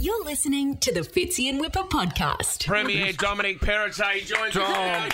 You're listening to the Fitzy and Whipper podcast. Premier Dominic Perrottet joins Dom. us. now.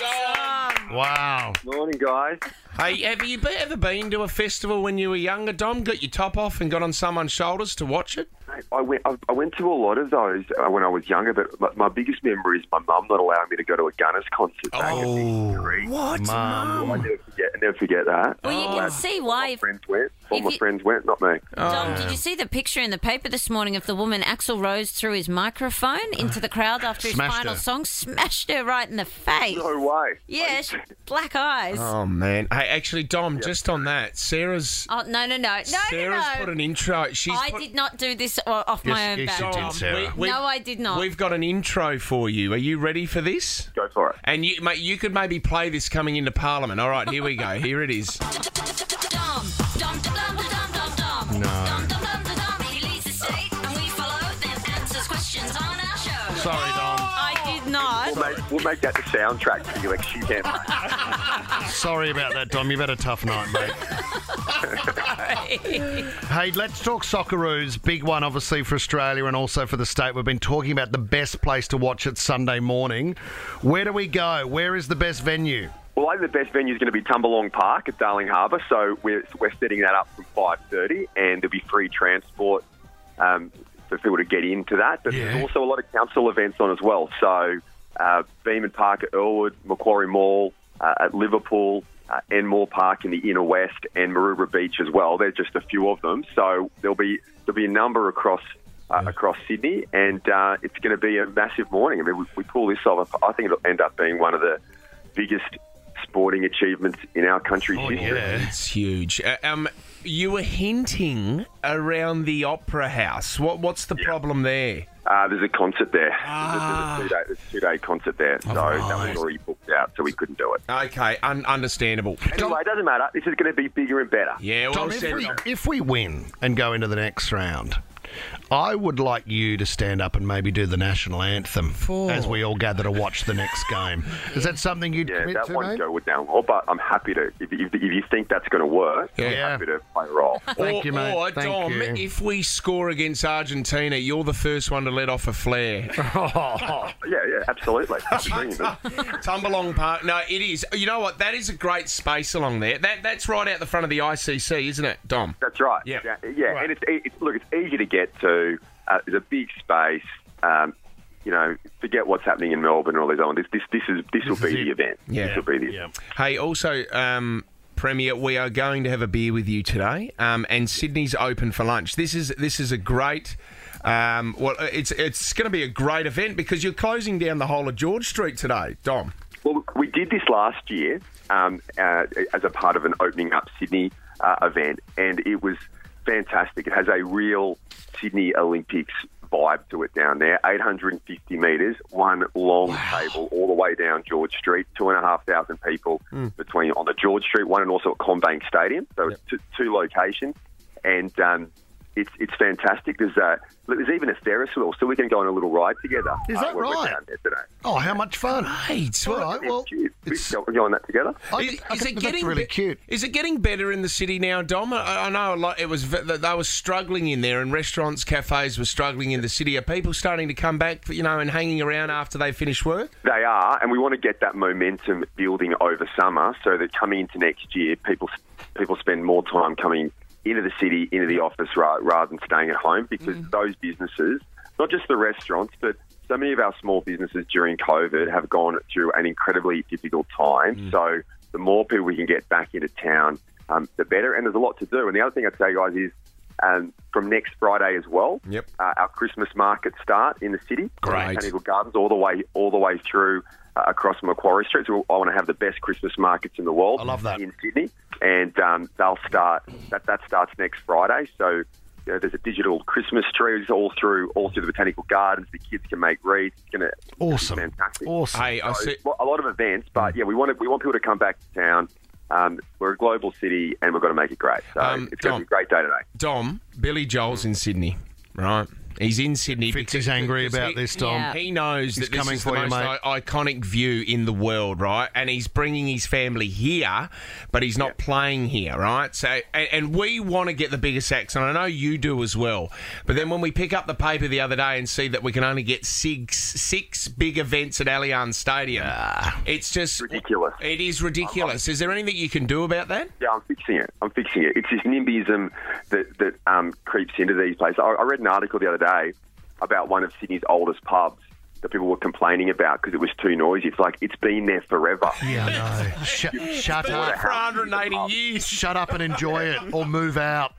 Dom. Wow. Morning, guys. Hey, have you be- ever been to a festival when you were younger, Dom? Got your top off and got on someone's shoulders to watch it? I went. I I went to a lot of those uh, when I was younger, but my, my biggest memory is my mum not allowing me to go to a Gunners concert. back Oh. in '63. What? Oh, Mum. I never forget. I never forget that. Well, you can see why. If, friends went. All If my you- friends went, not me. Dom, did you see the picture in the paper this morning of the woman Axel Rose threw his microphone into the crowd after his Smashed final her. song, smashed her right in the face? No way. Yeah, she- black eyes. Oh. Oh, man. Hey, actually, Dom, just on that, Sarah's no, no, no, no, Sarah's no, put no! an intro. She's I put, did not do this o- off my Yes, own yes, back. you did, Sarah. we- we- No, I did not. We've got an intro for you. Are you ready for this? Go for it. And you, mate, you could maybe play this coming into Parliament. All right, here we go. Here it is. Dom, Dom, Dom, Dom, Dom, Dom. Dom, Dom, Dom, Dom, Dom. He leads the state, and we follow, then answers questions on our show. Sorry, Dom. I did not. We'll make, we'll make that the soundtrack for the election campaign. Sorry about that, Dom. You've had a tough night, mate. Hey, let's talk Socceroos. Big one, obviously, for Australia and also for the state. We've been talking about the best place to watch it Sunday morning. Where do we go? Where is the best venue? well, I think the best venue is going to be Tumbalong Park at Darling Harbour, so we're, we're setting that up from 5:30, and there'll be free transport um, for people to get into that. But Yeah. there's also a lot of council events on as well. So uh, Beeman Park at Earlwood, Macquarie Mall uh, at Liverpool, uh, Enmore Park in the inner west, and Maroubra Beach as well. There's just a few of them. So there'll be there'll be a number across. Uh, Across Sydney, and uh, it's going to be a massive morning. I mean, we, we pull this off. I think it'll end up being one of the biggest sporting achievements in our country's Oh, history. It's huge. Uh, um, you were hinting around the Opera House. What, what's the problem there? Uh, there's a concert there. There's, a, there's a two-day, there's a two-day concert there, so that was already booked out, so we couldn't do it. Okay, un- understandable. Anyway, it doesn't matter. This is going to be bigger and better. Yeah, well Dom, if said, we, Dom. if we win and go into the next round, I would like you to stand up and maybe do the national anthem as we all gather to watch the next game. Is that something you'd Yeah, commit that to, won't mate? go down well, but I'm happy to. If, if, if you think that's going to work, I'm Yeah. happy to play a role. Thank or, you, mate. or, Thank Dom, you. if we score against Argentina, you're the first one to let off a flare. yeah, yeah, absolutely. That's brilliant. Tumbalong Park. No, it is. You know what? That is a great space along there. That that's right out the front of the ICC, isn't it, Dom? That's right. Yeah. yeah, yeah. and it's, e- it's look, it's easy to get to. Uh, there's a big space. Um, you know, forget what's happening in Melbourne and all these other. This, this, this is this, will is be the it. event. Yeah. this will be the Yeah. Hey, also, um, Premier, we are going to have a beer with you today, um, and Sydney's open for lunch. This is this is a great. Um, well, it's it's going to be a great event because you're closing down the whole of George Street today, Dom. Well, we did this last year um, uh, as a part of an opening up Sydney uh, event, and it was fantastic. It has a real Sydney Olympics vibe to it down there. 850 metres, one long table all the way down George Street, two and a half thousand people Hmm. between on the George Street one and also at Combank Stadium. So it's two, two locations, and um, it's it's fantastic. There's a, there's even a Ferris wheel, so we can go on a little ride together. Is uh, that when we're right? down there today. Oh, how much fun! Right. All right, Oh, well, Cheers. We it's, can go on that together. I, think- I think that's really be- cute. Is it getting better in the city now, Dom? I, I know a lot. It was v- that they were struggling in there, and restaurants, cafes were struggling in the city. Are people starting to come back, you know, and hanging around after they finish work? They are, and we want to get that momentum building over summer, so that coming into next year, people people spend more time coming into the city, into the office, ra- rather than staying at home, because Mm. those businesses, not just the restaurants, but so many of our small businesses during COVID have gone through an incredibly difficult time. Mm. So the more people we can get back into town, um, the better. And there's a lot to do. And the other thing I'd say, guys, is um, from next Friday as well, Yep. uh, our Christmas market start in the city. Great. Botanical Gardens all the way all the way through uh, across Macquarie Street. So I want to have the best Christmas markets in the world. I love that. in Sydney, and um, they'll start that that starts next Friday. So. You know, there's a digital Christmas trees all through all through the botanical gardens. The kids can make wreaths. It's gonna it's gonna be Awesome. fantastic. Awesome. Mm. Hey, I So see. lo- a lot of events, but yeah, we want to, we want people to come back to town. Um, we're a global city, and we've got to make it great. So Um, it's going Dom. to be a great day today. Dom, Billy Joel's in Sydney, right? He's in Sydney. Fitz because- is angry because about he- this, Dom. Yeah. He knows He's that this coming is the for you, most mate. i- iconic view in the world, right? And he's bringing his family here, but he's not playing here, right? So, and, and we want to get the bigger sacks, and I know you do as well. But then when we pick up the paper the other day and see that we can only get six six big events at Allianz Stadium, it's just Ridiculous. It is ridiculous. Is there anything you can do about that? Yeah, I'm fixing it. I'm fixing it. It's this NIMBYism that, that um, creeps into these places. I, I read an article the other day about one of Sydney's oldest pubs that people were complaining about because it was too noisy. It's like, it's been there forever. Yeah, I know. Shut, shut For up. how big is the 180 pub? years. Shut up and enjoy it or move out.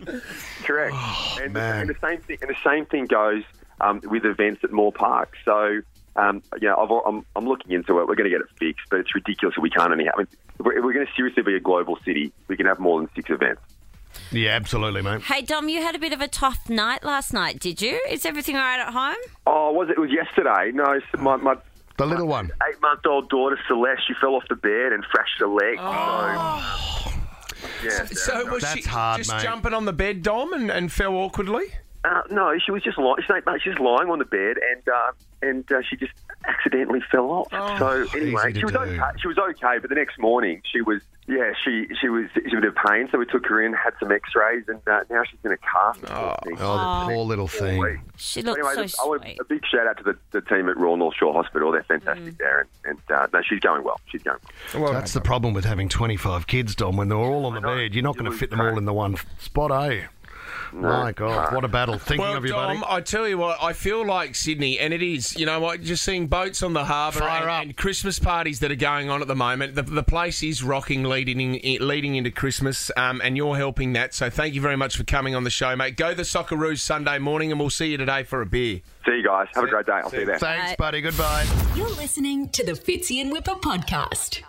Correct. and, Oh, man. and the same thing. And the same thing goes um, with events at Moore Park. So um, yeah, I've, I'm, I'm looking into it. We're going to get it fixed, but it's ridiculous that we can't only have. I mean, if we're, if we're going to seriously be a global city, we can have more than six events. Yeah, absolutely, mate. Hey, Dom, you had a bit of a tough night last night, did you? Is everything all right at home? Oh, was it? It was yesterday. No, it's my, my The little one. eight-month-old daughter Celeste. She fell off the bed and fractured her leg. Oh. So, yeah. So was That's she hard, just mate. jumping on the bed, Dom, and, and fell awkwardly? Uh, no, she was just lying. She's, like, she's lying on the bed, and uh, and uh, she just accidentally fell off. so anyway, easy to she was do. okay. She was okay, but the next morning she was yeah she she was she was in pain. So we took her in, had some X-rays, and uh, now she's in a cast. Oh, Oh, the poor little thing. She looked Anyway, so just- I want sweet. Mm. a big shout out to the, the team at Royal North Shore Hospital. They're fantastic there, and, and uh, no, she's going well. She's going. Well. Well, That's the problem with having 25 kids, Dom. When they're all on the bed, you're not going to fit them all in the one f- spot, are you? My God, what a battle. Thinking Well, of you, buddy. Dom, I tell you what, I feel like Sydney, and it is. You know what? Just seeing boats on the harbour Fire and, up. and Christmas parties that are going on at the moment. The, the place is rocking, leading in, leading into Christmas, um, and you're helping that. So thank you very much for coming on the show, mate. Go the Socceroos Sunday morning, and we'll see you today for a beer. See you guys. Have a great day. I'll see you there. Thanks, buddy. Goodbye. You're listening to the Fitzy and Whipper podcast.